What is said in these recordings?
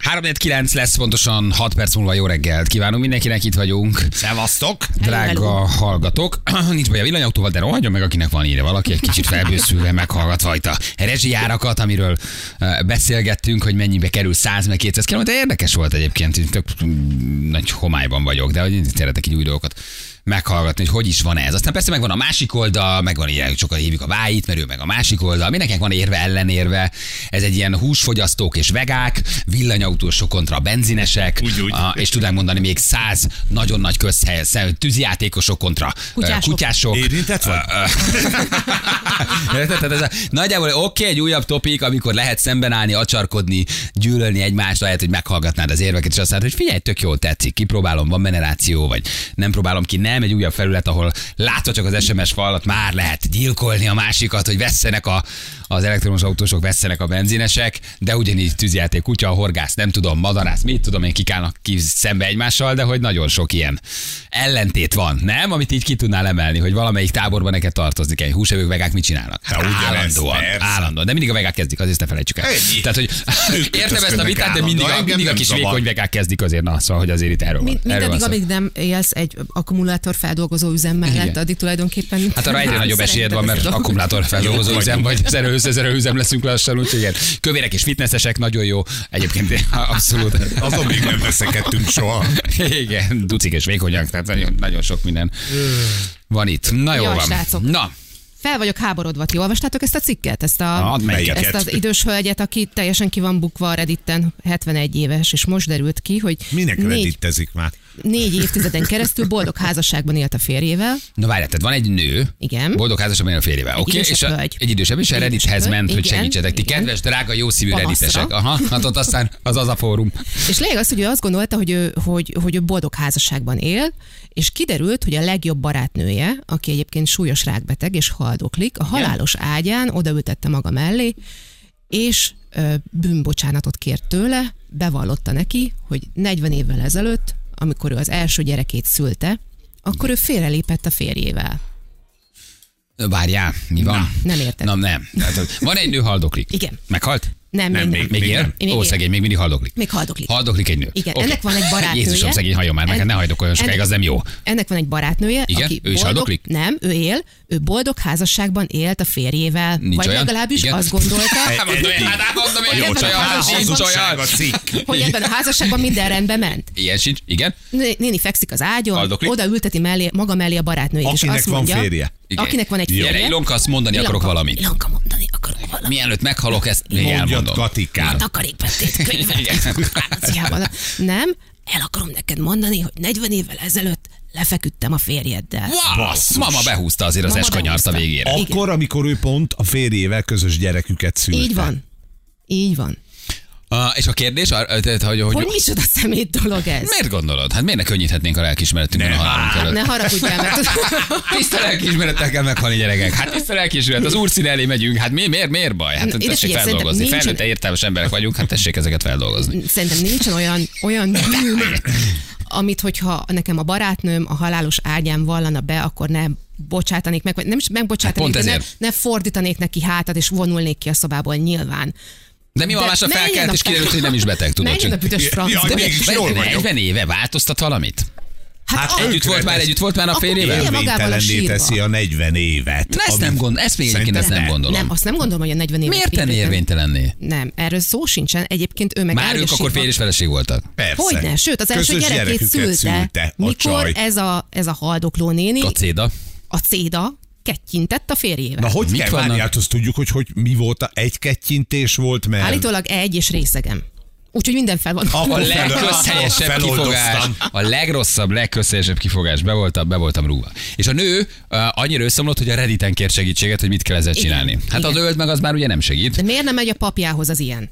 349 lesz pontosan 6 perc múlva jó reggelt. Kívánunk mindenkinek, itt vagyunk. Szevasztok! Drága hallgatók, nincs baj a villanyautóval, de rohadjon meg, akinek van írja valaki, egy kicsit felbőszülve meghallgatva itt a rezsijárakat, amiről eh, beszélgettünk, hogy mennyibe kerül 100 meg 200 km. Érdekes volt egyébként, így tök mm, nagy homályban vagyok, de hogy én szeretek így új dolgokat meghallgatni, hogy hogy is van ez. Aztán persze megvan a másik oldal, megvan ilyen, hogy sokan hívjuk a váit, mert ő meg a másik oldal. Mindenkinek van érve, ellenérve. Ez egy ilyen húsfogyasztók és vegák, villanyautósok kontra benzinesek, Úgy, úgy. A, és tudnánk mondani még száz nagyon nagy közhely, szem- tűzijátékosok kontra Kutyások. kutyások. kutyások. Érintett vagy? Érted? Tehát ez a, nagyjából oké, okay, egy újabb topik, amikor lehet szemben állni, acsarkodni, gyűlölni egymást, lehet, hogy meghallgatnád az érveket, és azt mondod, hogy figyelj, tök jól tetszik, kipróbálom, van generáció, vagy nem próbálom ki, nem, egy újabb felület, ahol látva csak az SMS falat, már lehet gyilkolni a másikat, hogy vesszenek a, az elektromos autósok, vesszenek a benzinesek, de ugyanígy tűzjáték, kutya, horgász, nem tudom, madarász, mit tudom én, kikálnak ki szembe egymással, de hogy nagyon sok ilyen ellentét van, nem? Amit így ki tudnál emelni, hogy valamelyik táborban neked tartozni kell. Húsevők, vegák mit csinálnak? Hát ugyanez, állandóan, persze. állandóan. De mindig a vegák kezdik, azért ne felejtsük el. Ennyi. Tehát, hogy Ők értem ezt a ütközködnek vitát, de mindig, a, állandóan. mindig a Engem kis nem zavar. vékony vegák kezdik azért, na, szóval, hogy azért itt erről van. Mind, erről van mindaddig, szó. amíg nem élsz egy akkumulátor feldolgozó üzem mellett, Igen. addig tulajdonképpen... Hát arra egyre Nem, nagyobb esélyed van, mert szerintem akkumulátor feldolgozó Jók üzem, vagy zerőhöz, üzem leszünk lassan, úgyhogy igen. Kövérek és fitnessesek, nagyon jó. Egyébként abszolút. Azon még nem veszekedtünk soha. Igen, ducik és vékonyak, tehát nagyon, nagyon sok minden van itt. Na jó Jaj, van. srácok. Na, Fel vagyok háborodva. Ti olvastátok ezt a cikket? Ezt Na, a... add melyiket. Ezt az idős hölgyet, aki teljesen ki van bukva a Redditen, 71 éves, és most derült ki, hogy Minek négy, redittezik már? négy évtizeden keresztül boldog házasságban élt a férjével. Na várjál, tehát van egy nő, Igen. boldog házasom én a férjével, oké? idősebb És a, hölgy. egy idősebb, és a Egy Reddithez idősebb ment, hogy hölgy, igen, segítsetek. Ti igen. kedves, drága, jó szívű Panaszra. Redditesek. Aha, hát ott aztán az az a fórum. És lényeg az, hogy ő azt gondolta, hogy ő, hogy, hogy ő boldog házasságban él, és kiderült, hogy a legjobb barátnője, aki egyébként súlyos rákbeteg és haldoklik, a halálos ágyán odaültette maga mellé, és ö, bűnbocsánatot kért tőle, bevallotta neki, hogy 40 évvel ezelőtt, amikor ő az első gyerekét szülte, akkor ő félrelépett a férjével. Várjál, mi van? nem érted. Na nem. Tehát, hogy van egy nő haldoklik. Igen. Meghalt? Nem, Nem, nem, még- még, nem. Még él? Még Ó, él. szegény, még mindig haldoklik. még haldoklik. Haldoklik egy nő. Igen, Oké. ennek van egy barátnője. Jézusom, szegény, hajjon már, neked En- ne hajdok olyan sokáig, ennek- az nem jó. Ennek van egy barátnője, Igen? aki Ő is boldog, haldoklik? Nem, ő él, ő boldog házasságban élt a férjével. Nincs vagy olyan? legalábbis Igen. azt gondolta, Hát mondom, én- Eddig. hát mondom, én Jó, nincs csak olyan, a hát nincs hazugság olyan. a cikk. hogy ebben a házasságban minden rendben ment. hát, Ilyen sincs, igen. Né- Néni fekszik az ágyon, Haldoklik? oda ülteti mellé, maga mellé a barátnőjét, Akinek és azt van mondja, férje. Igen. akinek van egy Jó. férje. Gyere, Ilonka, azt mondani akarok Ilonka, valamit. Ilonka mondani akarok valamit. Mielőtt meghalok, ezt még Mondjad elmondom. Katikát. Takarékbetét könyvet. Igen. Franciában. Nem, el akarom neked mondani, hogy 40 évvel ezelőtt lefeküdtem a férjeddel. Wow! Basszus. Mama behúzta azért az Mama eskanyart a behúzta. végére. Akkor, amikor ő pont a férjével közös gyereküket szülte. Így van. Így van. Ah, és a kérdés, ar- tehát, hogy, Hogy hogy micsoda szemét dolog ez? Hát miért gondolod? Hát miért ne könnyíthetnénk a lelkismeretünkben a halálunk Ne előtt? haragudjál, mert Tiszta lelkismerettel kell meghalni gyerekek. Hát tiszta lelkismeret, az úrszín elé megyünk. Hát mi, miért, miért baj? Hát Na, ide tessék figyelj, feldolgozni. szerintem Felnőtt értelmes emberek vagyunk, hát tessék ezeket feldolgozni. szerintem nincsen olyan, olyan bűn, amit hogyha nekem a barátnőm a halálos ágyán vallana be, akkor ne bocsátanék meg, vagy nem is Hát megbocsátanék, pont de ne, ezért. ne fordítanék neki hátat, és vonulnék ki a szobából nyilván. De mi van De másra menjen felkelt, a és fe- kiderült, hogy nem is beteg, tudod. Menjen a büdös francba. jaj, De Mégis jól vagyok. 40 éve változtat valamit? Hát, Hát a- Együtt volt már, együtt volt már a Akkor férjével? ilyen- magával a Érvénytelenné sírba. teszi a 40 évet. Na, ezt nem gond, ezt még egyébként Szerintem ezt nem nem. gondolom. nem, azt nem gondolom, hogy a 40 év. Miért tenni érvénytelenné? Nem, erről szó sincsen. Egyébként ő meg Már elmegy a ők akkor sírba. férj és feleség voltak. Persze. Hogyne, sőt, az első Közös gyerekét gyereküket szülte. szülte a mikor csaj. e- ez a, ez a haldokló néni, Kacéda. a céda, kettyintett a férjével. Na, hogy Mit kell vannak? várni? Hát azt tudjuk, hogy, hogy mi volt, a egy kettyintés volt, mert... Állítólag egy és részegem. Úgyhogy minden fel van. A Akkor fel- legkösszelyesebb kifogás, feloldoztam. a legrosszabb, legkösszelyesebb kifogás, be voltam, be voltam rúgva. És a nő uh, annyira összeomlott, hogy a Redditen kér segítséget, hogy mit kell ezzel Igen, csinálni. Hát igen. az ölt meg az már ugye nem segít. De miért nem megy a papjához az ilyen?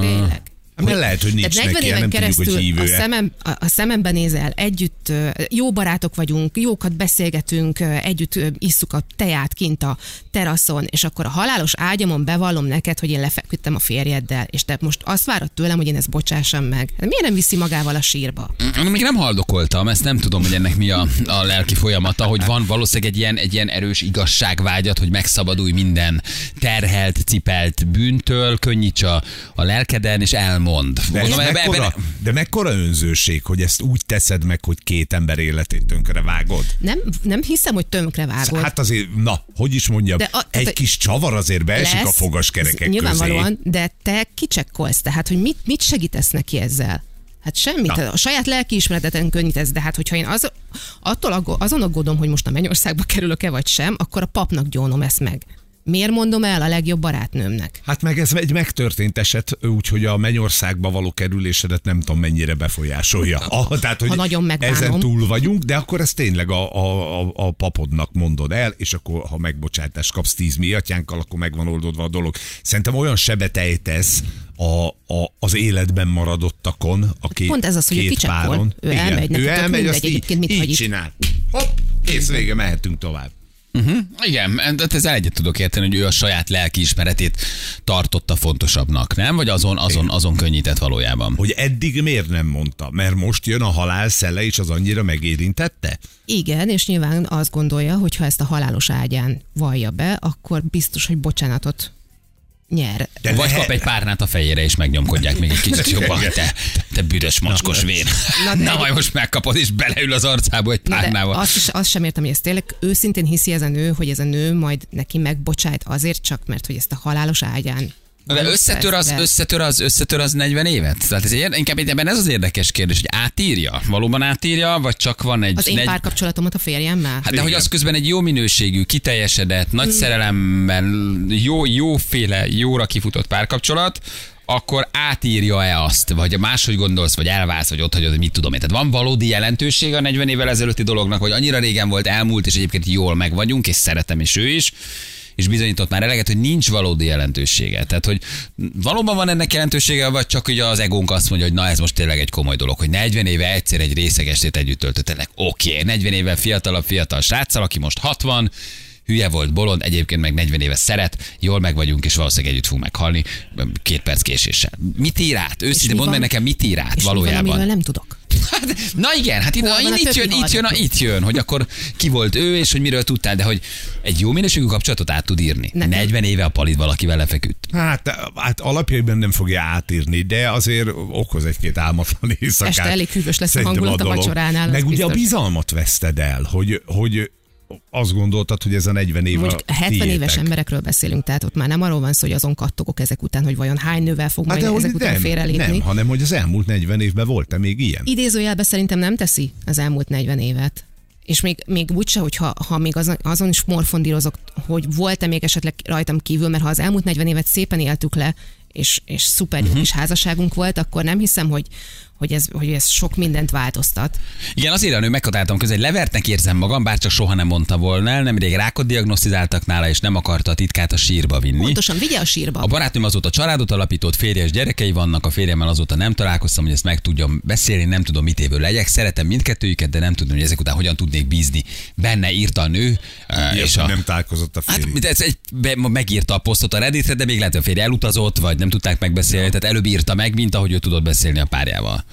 Tényleg. Mert lehet, hogy Ah. nincs Tehát 40 neki, éven nem tudjuk, hogy keresztül a, hívő szemem, a, a szemembe nézel, együtt ö, jó barátok vagyunk, jókat beszélgetünk, ö, együtt ö, isszuk a teát kint a teraszon, és akkor a halálos ágyamon bevallom neked, hogy én lefeküdtem a férjeddel, és te most azt várod tőlem, hogy én ezt bocsássam meg. Hát Miért nem viszi magával a sírba? Mm, Még nem haldokoltam, ezt nem tudom, hogy ennek mi a, a lelki folyamata, hogy van valószínűleg egy ilyen, egy ilyen erős igazságvágyat, hogy megszabadulj minden terhelt, cipelt bűntől, könnyíts a, a lelkeden, és mond. De, ez Mondom, ebbe- mekkora, ebbe- de mekkora önzőség, hogy ezt úgy teszed meg, hogy két ember életét tönkre vágod? Nem, nem hiszem, hogy tömkre vágod. Hát azért, na, hogy is mondjam, De de a- a, tehát egy a- kis csavar azért beesik a lesz, fogaskerekek közé. Nyilvánvalóan, de te kicsekkolsz, tehát hogy mit, mit segítesz neki ezzel? Hát semmit, Na. a saját lelkiismereteten könnyítesz, de hát hogyha én az, attól aggo, azon aggódom, hogy most a mennyországba kerülök-e vagy sem, akkor a papnak gyónom ezt meg. Miért mondom el a legjobb barátnőmnek? Hát meg ez egy megtörtént eset, úgyhogy a Mennyországba való kerülésedet nem tudom mennyire befolyásolja. Ah, tehát, hogy Ha nagyon megbánom. ezen túl vagyunk, de akkor ezt tényleg a, a, a, a papodnak mondod el, és akkor ha megbocsátást kapsz tíz miatyánkkal, akkor megvan oldódva a dolog. Szerintem olyan sebet ejtesz a, a, az életben maradottakon, a két, Hát Pont ez az, hogy ő két kicsekkol. páron. Ő elmegy, neki ő tök elmegy, mindegy azt így, egyébként, mit hagy így itt. csinál. Hopp, kész vége, mehetünk tovább. Hm? Igen, de ezzel egyet tudok érteni, hogy ő a saját lelkiismeretét tartotta fontosabbnak, nem? Vagy azon, azon, azon könnyített valójában. Hogy eddig miért nem mondta? Mert most jön a halál szele, és az annyira megérintette? Igen, és nyilván azt gondolja, hogy ha ezt a halálos ágyán vallja be, akkor biztos, hogy bocsánatot nyer. De Vagy lehet- kap egy párnát a fejére, és megnyomkodják még egy kicsit jobban. Te, te büdös mocskos vén. Na, Na, de- majd most megkapod, és beleül az arcába egy Na de párnával. azt, is, azt sem értem, hogy ez tényleg őszintén hiszi ez a nő, hogy ez a nő majd neki megbocsájt azért csak, mert hogy ezt a halálos ágyán. Na De összetör az, Persze. összetör az, összetör az 40 évet? Tehát ez ér, inkább ebben ez az érdekes kérdés, hogy átírja? Valóban átírja, vagy csak van egy... Az én negy- párkapcsolatomat a férjemmel? Hát de hogy az közben egy jó minőségű, kiteljesedett, nagy szerelemmel, jó, jóféle, jóra kifutott párkapcsolat, akkor átírja-e azt, vagy máshogy gondolsz, vagy elválsz, vagy ott hagyod, hogy mit tudom én. Tehát van valódi jelentősége a 40 évvel ezelőtti dolognak, hogy annyira régen volt elmúlt, és egyébként jól meg vagyunk, és szeretem, és ő is, és bizonyított már eleget, hogy nincs valódi jelentősége. Tehát, hogy valóban van ennek jelentősége, vagy csak ugye az egónk azt mondja, hogy na ez most tényleg egy komoly dolog, hogy 40 éve egyszer egy részegestét együtt töltöttetek. Oké, okay, 40 éve fiatalabb fiatal sráccal, aki most 60, hülye volt, bolond, egyébként meg 40 éve szeret, jól meg vagyunk, és valószínűleg együtt fogunk meghalni, két perc késéssel. Mit ír át? Őszintén mi mondd meg van? nekem, mit ír át és mi van, valójában? amiről nem tudok. Hát, na igen, hát itt, Hol na, van a itt, többi jön, itt, harc? jön, a- itt jön, hogy akkor ki volt ő, és hogy miről tudtál, de hogy egy jó minőségű kapcsolatot át tud írni. Nekem. 40 éve a palit valakivel lefeküdt. Hát, hát alapjaiban nem fogja átírni, de azért okoz egy-két álmatlan éjszakát. Este elég hűvös lesz a Szerintem hangulat a dolog. vacsoránál, az Meg ugye biztos. a bizalmat veszted el, hogy, hogy azt gondoltad, hogy ez a 40 év Mondjuk a 70 tiétek. Hát éves emberekről beszélünk, tehát ott már nem arról van szó, hogy azon kattogok ezek után, hogy vajon hány nővel fog Hát majd de ezek hogy után nem, félrelépni. nem, hanem hogy az elmúlt 40 évben volt-e még ilyen? idézőjelbe szerintem nem teszi az elmúlt 40 évet. És még, még úgyse, hogyha ha még azon, azon is morfondírozok, hogy volt-e még esetleg rajtam kívül, mert ha az elmúlt 40 évet szépen éltük le, és, és szuper jó Mhm. kis házasságunk volt, akkor nem hiszem, hogy, hogy, ez, hogy ez sok mindent változtat. Igen, azért a nő meghatáltam közé, hogy levertnek érzem magam, bár csak soha nem mondta volna el, nemrég rákot diagnosztizáltak nála, és nem akarta a titkát a sírba vinni. Pontosan, vigye a A sírba. barátnőm azóta családot alapított, férje és gyerekei vannak, a férjemmel azóta nem találkoztam, hogy ezt meg tudjam beszélni, nem tudom, mit évő legyek. Szeretem mindkettőjüket, de nem tudom, hogy ezek után hogyan tudnék bízni. Benne írta a nő, eh, Ilyet, és a, Nem találkozott a Hát férjével. de ez egy, be, megírta a posztot a Redditre, de még lehet, hogy a férje elutazott, vagy nem tudták megbeszélni, tehát előbb írta meg, mint ahogy ő tudott beszélni a párjával.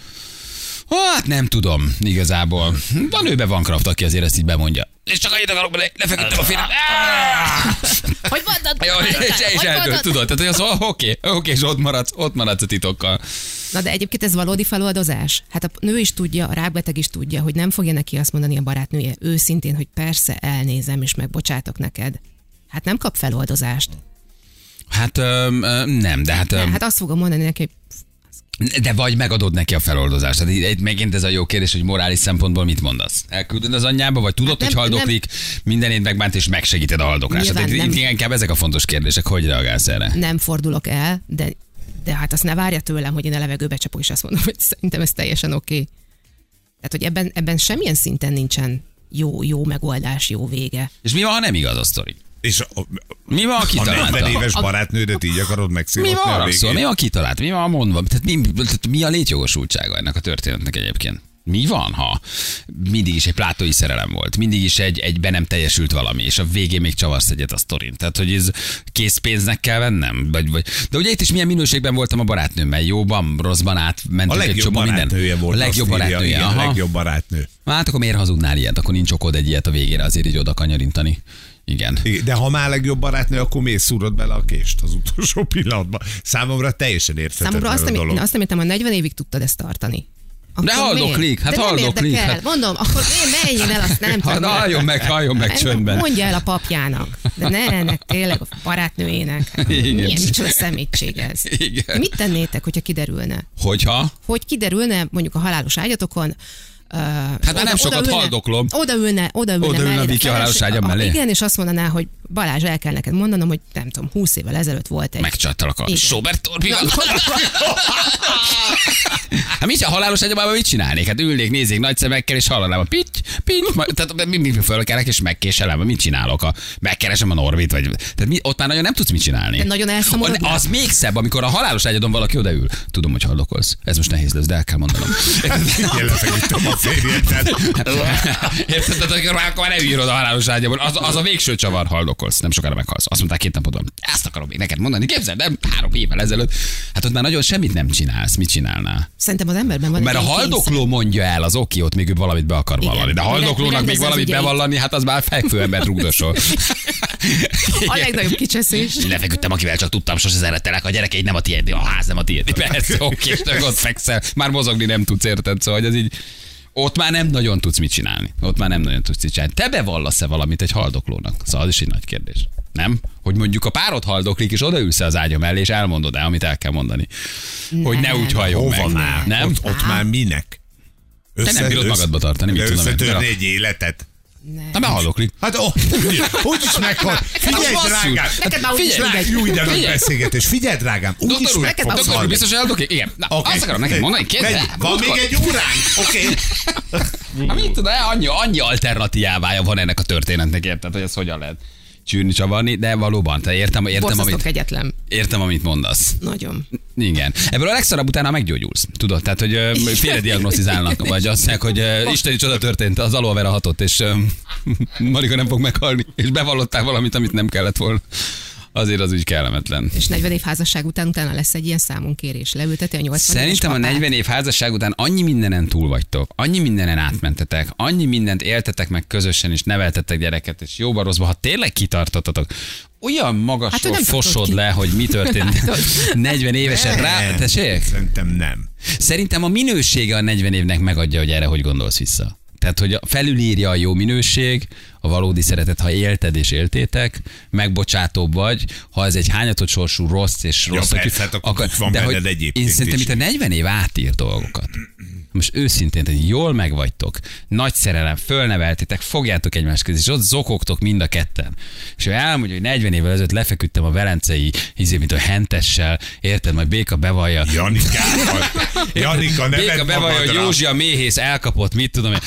Hát nem tudom, igazából. Van őbe van Kraft, aki azért ezt így bemondja. És csak annyit akarok bele, lefeküdtem a férjem. Hogy mondtad? Jó, és, és Hogy eldőlt, mondtad? tudod? Tehát, hogy az, oké, oké, és ott maradsz, ott maradsz a titokkal. Na de egyébként ez valódi feloldozás. Hát a nő is tudja, a rákbeteg is tudja, hogy nem fogja neki azt mondani a barátnője őszintén, hogy persze elnézem és megbocsátok neked. Hát nem kap feloldozást. Hát öm, öm, nem, de hát, Nem, öm, hát azt fogom mondani neki, hogy de vagy megadod neki a feloldozást. Tehát itt megint ez a jó kérdés, hogy morális szempontból mit mondasz. Elküldöd az anyjába, vagy tudod, Hát hogy nem- haldoklik, mindenét megbánt és megsegíted a haldoklását. Nyilván Tehát itt nem. inkább ezek a fontos kérdések, hogy reagálsz erre. nem fordulok el, de, de hát azt ne várja tőlem, hogy én a levegőbe csapok, és azt mondom, hogy szerintem ez teljesen oké. Okay. Tehát, hogy ebben, ebben semmilyen szinten nincsen jó, jó megoldás, jó vége. És mi van, ha nem igaz a sztori? És a, Mi van, ha A kitalálta? 40 éves barátnődet így akarod Mi van megszívatni a arra szól? Szóval Mi végén? van kitalált? Mi van mondva? Tehát mi, tehát mi a létjogosultsága ennek a történetnek egyébként? Mi van, ha mindig is egy plátói szerelem volt, mindig is egy, egy be nem teljesült valami, és a végén még csavarsz egyet a sztorin. Tehát, hogy ez készpénznek kell vennem? Vagy, vagy. De ugye itt is milyen minőségben voltam a barátnőmmel, jóban, rosszban A átmentünk egy legjobb csomó minden. barátnője volt. a legjobb azt írja, barátnője, igen, aha. legjobb barátnő. Hát akkor miért hazudnál ilyet? Akkor nincs okod egy ilyet a végére azért így oda kanyarintani. Igen. Igen, De ha már legjobb barátnő, akkor miért szúrod bele a kést az utolsó pillanatban? Számomra teljesen érthetetlen Számomra azt a nem, dolog. én azt nem értem, hogy 40 évig tudtad ezt tartani. Akkor De haldoklik, miért? hát De nem haldoklik, érdekel. hát- Mondom, akkor én menjél el, azt nem Ha, tudom. na, halljon meg, halljon meg csöndben. Mondja el a papjának, de ne ennek tényleg a barátnőjének. Hát, Igen. Milyen micsoda szemétség ez. Igen. Mit tennétek, hogyha kiderülne? Hogyha? Hogy kiderülne mondjuk a halálos ágyatokon, hát már nem sokat haldoklom. Odaülne, odaülne, Odaülne a mellé Viki feleség- halálos ágyam a- mellé? Igen, és azt mondaná, hogy Balázs, el kell neked mondanom, hogy nem tudom, 20 évvel ezelőtt volt egy Megcsattalak a Igen. Sobert Torbival. Hát mit a halálos egyebában mit csinálnék? Hát ülnék, nézzék nagy szemekkel, és hallanám a pitty, pitty, majd, tehát mindig fölkelek, és megkéselem, mit csinálok? A, megkeresem a Norbit, vagy... Tehát mi, ott már nagyon nem tudsz mit csinálni. De nagyon elszomorodnál. A- Az még szebb, amikor a halálos ágyadon valaki odaül. Tudom, hogy hallokolsz. Ez most nehéz lesz, de el kell mondanom. Figyelj, lefeküdtem a férjedet. Érted? Tehát Hát, akkor már- akkor már ne üljön oda a halálos ágyamon. Az, az a végső csavar, haldokolsz. Nem sokára meghalsz. Azt mondták két napodon. Ezt akarom még neked mondani. Képzeld, nem három évvel ezelőtt. Hát ott már nagyon semmit nem csinálsz. Mit csinálnál? Szerintem az emberben van Mert a egy ilyen haldokló mondja el az oké, ott még ő valamit be akar Igen. vallani. De a Hogy haldoklónak még rendezze az valamit ügyeit. bevallani, hát az már fekvő embert rugdosol. kényszer. A legnagyobb kicseszés. Lefeküdtem, akivel csak tudtam, sose szeretelek. A gyerekeid nem a tiéd, a ház nem a tiéd. Persze, oké, és csak ott fekszel. Már mozogni nem tudsz, érted? Szóval, hogy ez így ott már nem nagyon tudsz mit csinálni. Ott már nem nagyon tudsz mit csinálni. Te bevallasz-e valamit egy haldoklónak? Szóval az is egy nagy kérdés. Nem? Hogy mondjuk a párod haldoklik, és odaülsz az ágya mellé, és elmondod el, amit el kell mondani. Hogy ne Nem. úgy halljon Hova meg. már? Nem? Ott, ott már minek? Össze, nem bírod magadba tartani, mit de tudom én. összetörni Mira? egy életet. Na, már haldoklik. Hát ó, hogy is meghal. Figyelj, Hát, basszus. drágám! Neked már úgyis Figyelj. mindegy. Jó, de nagy Figyelj. beszélgetés. Figyelj, drágám, úgy is Doktor úr, meg fogsz doktor úr, halni. biztos eldoklik? Igen. Na, Oké. azt akarom neked mondani, kérdez. Menj, Van még egy óránk? Oké. Hát mit tudom, annyi, annyi alternatívája van ennek a történetnek, érted, hogy ez hogyan lehet csűrni, csavarni, de valóban, te értem, értem, Borzasztó amit, kegyetlen. értem, amit mondasz. Nagyon. Igen. Ebből a legszarabb utána meggyógyulsz. Tudod, tehát, hogy ö, félrediagnosztizálnak, vagy azt mondják, hogy ö, isteni csoda történt, az aloe vera hatott, és ö, Marika nem fog meghalni, és bevallották valamit, amit nem kellett volna. Azért az úgy kellemetlen. És 40 év házasság után utána lesz egy ilyen számunkérés. Leülteti a 80 éves Szerintem a papát. 40 év házasság után annyi mindenen túl vagytok, annyi mindenen átmentetek, annyi mindent éltetek meg közösen, és neveltettek gyereket, és jóba rosszba, ha tényleg kitartottatok, olyan Hát, hogy magasról nem hát, tartott fosod ki. le, hogy mi történt 40 évesen rá. Nem. Tessék? Szerintem nem. Szerintem a minősége a 40 évnek megadja, hogy erre hogy gondolsz vissza. Tehát, hogy a- felülírja a jó minőség, a valódi szeretet, ha élted és éltétek, megbocsátóbb vagy, ha ez egy hányatott sorsú rossz és rossz. persze, hát akkor van de benned egyébként Én szerintem is. itt a 40 év átír dolgokat. Most őszintén, hogy jól megvagytok, nagy szerelem, fölneveltétek, fogjátok egymás közé, és ott zokogtok mind a ketten. És ő elmondja, hogy 40 évvel ezelőtt lefeküdtem a velencei izé, mint a hentessel, érted, majd béka bevallja, Janikával. Janika, ne Béka vedd bevallja, hogy magadra. Józsi a méhész elkapott, mit tudom én,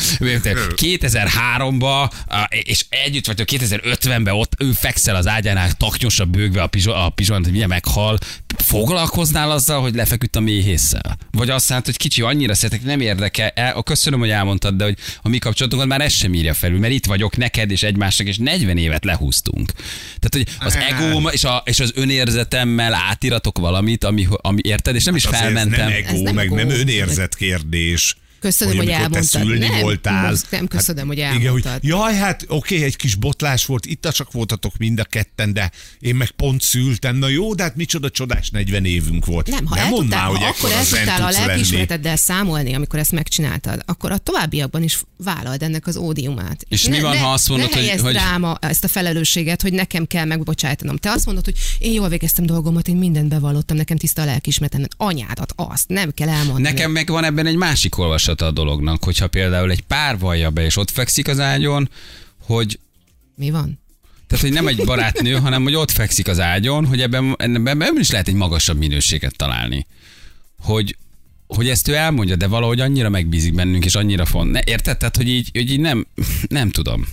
2003-ba, á, és együtt vagytok 2050-ben, ott ő fekszel az ágyánál, taknyosabb bőgve a, pizso, a pizsonát, hogy milyen meghal. Foglalkoznál azzal, hogy lefeküdt a méhésszel? Vagy azt hát, hogy kicsi, annyira szeretek, nem érdekel. El, a köszönöm, hogy elmondtad, de hogy a mi kapcsolatunkat már ez sem írja felül, mert itt vagyok neked és egymásnak, és 40 évet lehúztunk. Tehát, hogy az egóm és, a, és az önérzetemmel átiratok valamit, ami, ami érted, és nem is Hát Azért ez felmentem. nem Ez egó, nem meg egó. nem önérzet kérdés. Köszönöm, hogy amikor te elmondtad. szülni Nem, voltál. most nem köszönöm, hogy Igen, hogy elmondtad. jaj, hát oké, egy kis botlás volt, itt csak voltatok mind a ketten, de én meg pont szültem. Na jó, de hát micsoda csodás 40 évünk volt. Nem, ha el mondd tudtál, már, ha hogy akkor ekkora el zen tudtál a tudsz lenni. lelkiismereteddel számolni, amikor ezt megcsináltad, akkor a továbbiakban is vállald ennek az ódiumát. És mi van, ha azt mondod, ne hogy- helyezd hogy- rám a, ezt a felelősséget, hogy nekem kell megbocsájtanom. Te azt mondod, hogy én jól végeztem dolgomat, én mindent bevallottam, nekem tiszta a lelkiismeretem. Anyádat azt nem kell elmondani. Nekem meg van ebben egy másik olvasata a dolognak, hogyha például egy pár vallja be, és ott fekszik az ágyon, hogy Mi van? tehát, hogy nem egy barátnő, hanem hogy ott fekszik az ágyon, hogy ebben, ebben, ebben is lehet egy magasabb minőséget találni. Hogy, hogy ezt ő elmondja, de valahogy annyira megbízik bennünk, és annyira font. Ne, érted? Tehát, hogy így, hogy így nem, nem tudom.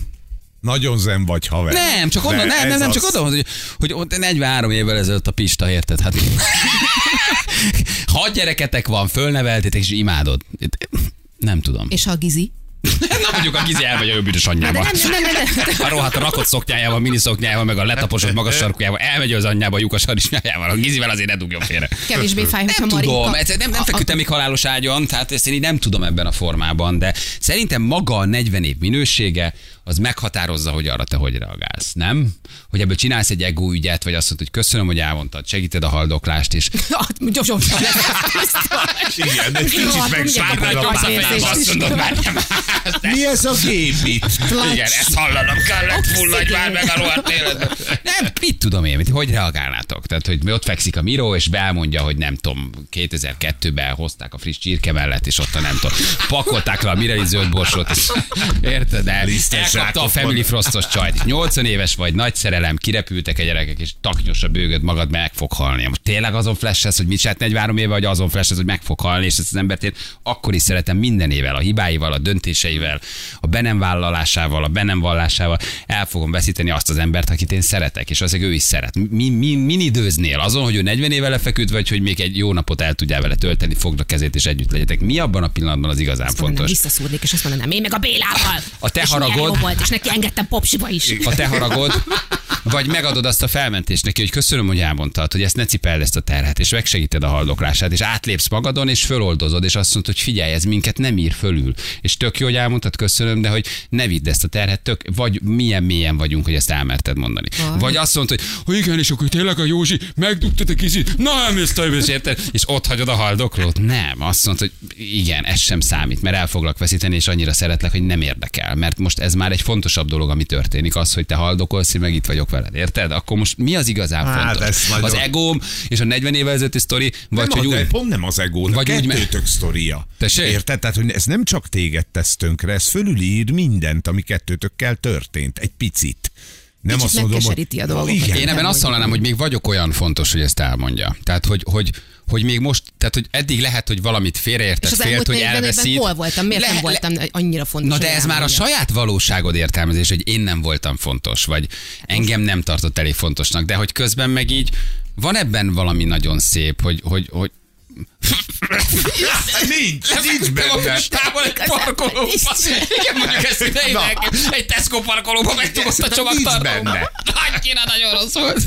Nagyon zen vagy, haver. Nem, csak onnan, De nem, nem, ez nem, csak az. oda, hogy, hogy ott 43 évvel ezelőtt a Pista, érted? Hát, ha gyereketek van, fölneveltétek és imádod. Nem tudom. És ha a Gizi? Na mondjuk a Gizi elmegy a jobb üdös De anyjába. nem, nem, nem, nem, nem. A rohadt rakott szoknyájával, miniszoknyájával, meg a letaposott magas sarkujával, elmegy az anyjába, a lyukas harisnyájával, a Gizivel azért ne dugjon félre. Kevésbé fáj, hogyha Nem Marika... tudom, egyszer nem, nem a- a- feküdtem még halálos ágyon, tehát ezt én így nem tudom ebben a formában, de szerintem maga a 40 év minősége az meghatározza, hogy arra te hogy reagálsz, nem? Hogy ebből csinálsz egy ego ügyet, vagy azt mondod, hogy köszönöm, hogy elmondtad, segíted a haldoklást, és Ah, Gyorsan Igen, egy kicsit megsárgul Már a nagyon pálmám, visszafelé, azt mondod, már nem állsz. Mi ez a gépit? Igen, ezt hallanom kellett, Oxigén. fulladj már meg a rohadt életbe. Nem, mit tudom én, mit, hogy reagálnátok? Tehát, hogy mi ott fekszik a Miró, és belmondja, hogy nem tudom, 2002-ben hozták a friss csirke mellett, és ott a nem tudom, pakolták le a Mireli zöld borsot, és érted el? Lisztes Elkapta a rákokon. Family Frostos csajt. 80 éves vagy, nagy szerelem, kirepültek a gyerekek, és taknyos a bőgöd magad, meg fog halni. Most Tényleg azon flash hogy mit csinált 43 éve, vagy azon flash hogy meg fog halni, és ezt az embert én akkor is szeretem mindenével, a hibáival, a döntéseivel, a be nem vállalásával, a be nem vallásával el fogom veszíteni azt az embert, akit én szeretek, és azért ő is szeret. Mi, mi, min időznél? Azon, hogy ő 40 éve lefeküdt, vagy hogy még egy jó napot el tudjál vele tölteni, fogd a kezét és együtt legyetek. Mi abban a pillanatban az igazán fontos? Visszaszúrnék, és azt mondanám, én meg a Bélával. A te és milyen haragod. Jó volt, és neki engedtem popsiba is. a te haragod, vagy megadod azt a felmentést neki, hogy köszönöm, hogy elmondtad, hogy ezt ne cipeld ezt a terhet, és megsegíted a haldoklását, és átlépsz magadon, és föloldozod, és azt mondod, hogy figyelj, ez minket nem ír fölül. És tök jó, hogy elmondtad, köszönöm, de hogy ne vidd ezt a terhet, tök, vagy milyen mélyen vagyunk, hogy ezt elmerted mondani. Aha. Vagy azt mondod, hogy hogy igen, és akkor tényleg a Józsi, megdugtad a kicsit, na emésztem, és érted, és ott hagyod a haldoklót. Nem, azt mondod, hogy igen, ez sem számít, mert el foglak veszíteni, és annyira szeretlek, hogy nem érdekel. Mert most ez már egy fontosabb dolog, ami történik, az, hogy te haldokolsz, én meg itt vagyok veled, érted? Akkor most mi az igazán Hát, fontos? ez nagyon- Az egóm és a 40 évvel ezelőtti sztori, vagy nem hogy az, új... de pont nem az egó, vagy Vagy úgy me- kettőtök sztoria. Tessék? Érted? Tehát, hogy ez nem csak téged tesz tönkre, ez fölülír mindent, ami kettőtökkel történt. Egy picit. Nem Kicsit azt mondom, hogy... megkeseríti a dolgokat. Igen. Én ebben azt hallanám, hogy még vagyok olyan fontos, hogy ezt elmondja. Tehát, hogy, hogy hogy még most, tehát hogy eddig lehet, hogy valamit és félreértett, az félt, elmúlt hogy 40 évben elveszít. hol voltam, miért Le- nem le- voltam annyira fontos. Na hogy de ez már a elmondjam. saját valóságod értelmezés, hogy én nem voltam fontos, vagy engem nem tartott elég fontosnak, de hogy közben meg így van ebben valami nagyon szép, hogy, hogy, hogy Nincs, nincs benne. Távol egy parkolóba. Igen, mondjuk ezt idejének. Egy Tesco parkolóba megtugott a Szerintem nincs benne. csomagtartóba. Annyira nagyon rossz volt.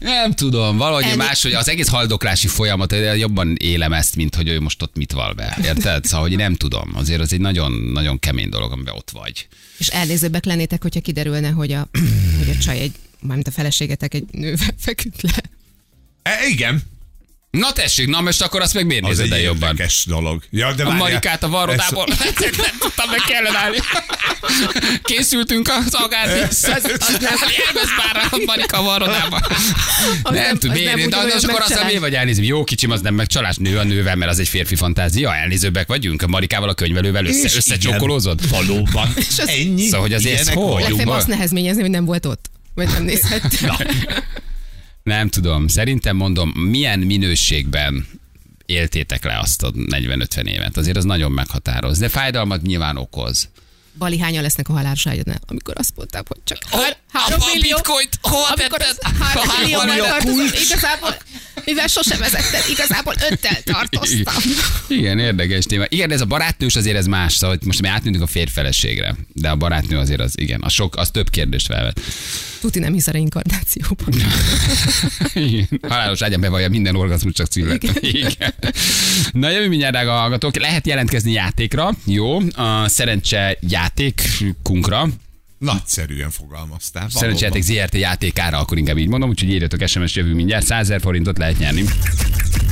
Nem tudom, valahogy Elég- más, hogy az egész haldoklási folyamat, eh, jobban élem ezt, mint hogy ő most ott mit val be. Érted? Szóval, hogy nem tudom. Azért az egy nagyon-nagyon kemény dolog, amiben ott vagy. És elnézőbbek lennétek, hogyha kiderülne, hogy a, hogy a csaj egy, mármint a feleségetek egy nővel feküdt le. E, igen, Na tessék, na most akkor azt meg miért az nézed egy el jobban? érdekes dolog. Ja, de A várjál, Marikát a varrodából. Hát, ez- Nem tudtam, meg kellene állni. Készültünk az agárni. Elmész már a Marika varrodába. Az nem- Nem az tudom, nem miért? De ugyanolyan az akkor azt megcsalás. miért vagy elnézem? Jó kicsim, az nem megcsalás nő a nővel, mert az egy férfi fantázia. Elnézőbbek vagyunk. A Marikával, a könyvelővel És össze, igen, összecsókolózod. Valóban. Ennyi. Szóval, hogy azért Ilyenek hol? vagyunk. Legfeljebb Jumba. azt nehezményezni, hogy nem volt ott. Vagy nem nézhettem. Nem tudom. Szerintem mondom, milyen minőségben éltétek le azt a 40-50 évet. Azért az nagyon meghatároz. De fájdalmat nyilván okoz. Bali hányan lesznek a halálos ágyadnál? Amikor azt mondták, hogy csak Hol- há- három a millió. bitcoint hova amikor tetted? az három Hol- millió hol nem a tartozom, kulcs? igazából, mivel sosem vezettem, igazából öttel tartoztam. Igen, érdekes téma. Igen, de ez a barátnős azért ez más, szóval most mi átnőttünk a férfeleségre, de a barátnő azért az igen, a sok, az több kérdést felvet. Tuti nem hisz a reinkarnációban. Igen. Halálos ágyam bevallja, minden orgazmus csak szület. Igen. Na jövő mindjárt drága hallgatók, lehet jelentkezni játékra, jó, a szerencse játékunkra, Nagyszerűen fogalmaztál. szerencsejáték ZRT játékára, akkor inkább így mondom, úgyhogy írjatok SMS jövő mindjárt, 100 000 forintot lehet nyerni.